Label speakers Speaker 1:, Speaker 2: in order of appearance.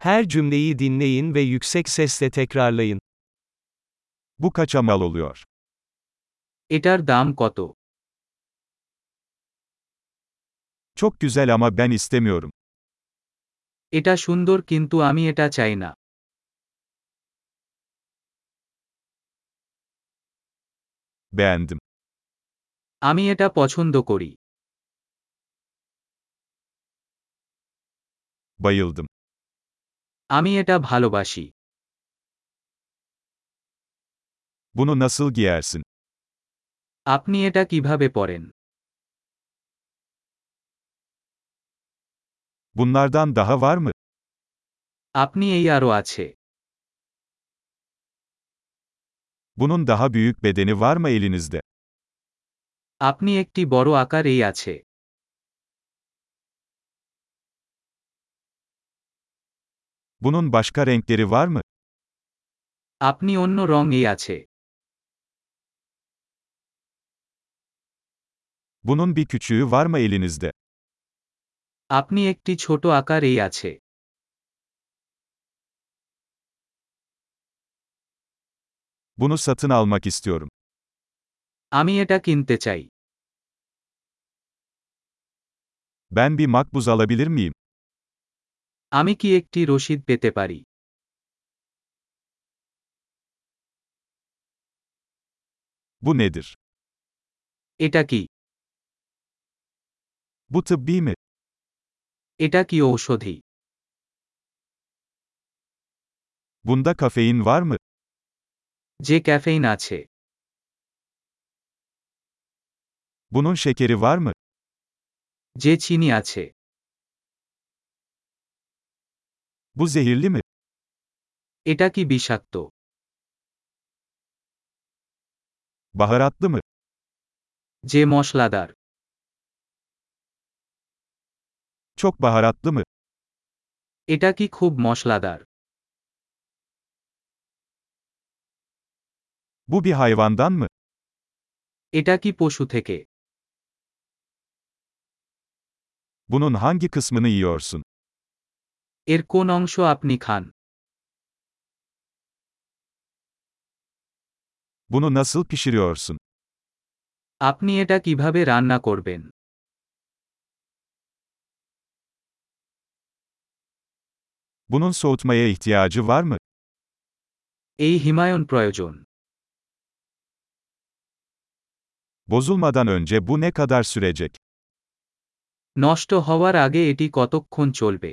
Speaker 1: Her cümleyi dinleyin ve yüksek sesle tekrarlayın.
Speaker 2: Bu kaça mal oluyor?
Speaker 3: এটার দাম কত
Speaker 2: Çok güzel ama ben istemiyorum.
Speaker 3: এটা সুন্দর কিন্তু আমি এটা চাই না
Speaker 2: Beğendim.
Speaker 3: আমি এটা পছন্দ করি
Speaker 2: Bayıldım.
Speaker 3: আমি এটা ভালোবাসি
Speaker 2: Bunu nasıl giyersin?
Speaker 3: আপনি এটা কিভাবে পরেন
Speaker 2: Bunlardan daha var mı?
Speaker 3: আপনি এই আরও আছে
Speaker 2: Bunun daha büyük bedeni var mı elinizde?
Speaker 3: আপনি একটি বড় আকার এই আছে
Speaker 2: Bunun başka renkleri var mı?
Speaker 3: আপনি অন্য রং এই আছে
Speaker 2: Bunun bir küçüğü var mı elinizde?
Speaker 3: আপনি একটি ছোট আকার এই আছে
Speaker 2: Bunu satın almak istiyorum.
Speaker 3: আমি এটা কিনতে চাই
Speaker 2: Ben bir makbuz alabilir miyim?
Speaker 3: আমি কি একটি রসিদ পেতে পারি
Speaker 2: Bu nedir?
Speaker 3: এটা কি
Speaker 2: Bu tıbbi mi?
Speaker 3: এটা কি ঔষধি
Speaker 2: Bunda kafein var mı?
Speaker 3: যে ক্যাফেইন আছে
Speaker 2: Bunun şekeri var mı?
Speaker 3: যে চিনি আছে
Speaker 2: Bu zehirli mi?
Speaker 3: এটা কি বিষাক্ত
Speaker 2: Baharatlı mı?
Speaker 3: যে মশলাদার
Speaker 2: Çok baharatlı mı?
Speaker 3: এটা কি খুব মশলাদার
Speaker 2: Bu bir hayvandan mı?
Speaker 3: এটা কি পশু থেকে
Speaker 2: Bunun hangi kısmını yiyorsun?
Speaker 3: এর কোন অংশ আপনি খান
Speaker 2: Bunu nasıl pişiriyorsun?
Speaker 3: আপনি এটা কিভাবে রান্না করবেন
Speaker 2: Bunun soğutmaya ihtiyacı var mı?
Speaker 3: এই হিমায়ন প্রয়োজন
Speaker 2: Bozulmadan önce bu ne kadar sürecek?
Speaker 3: নষ্ট হওয়ার আগে এটি কতক্ষণ চলবে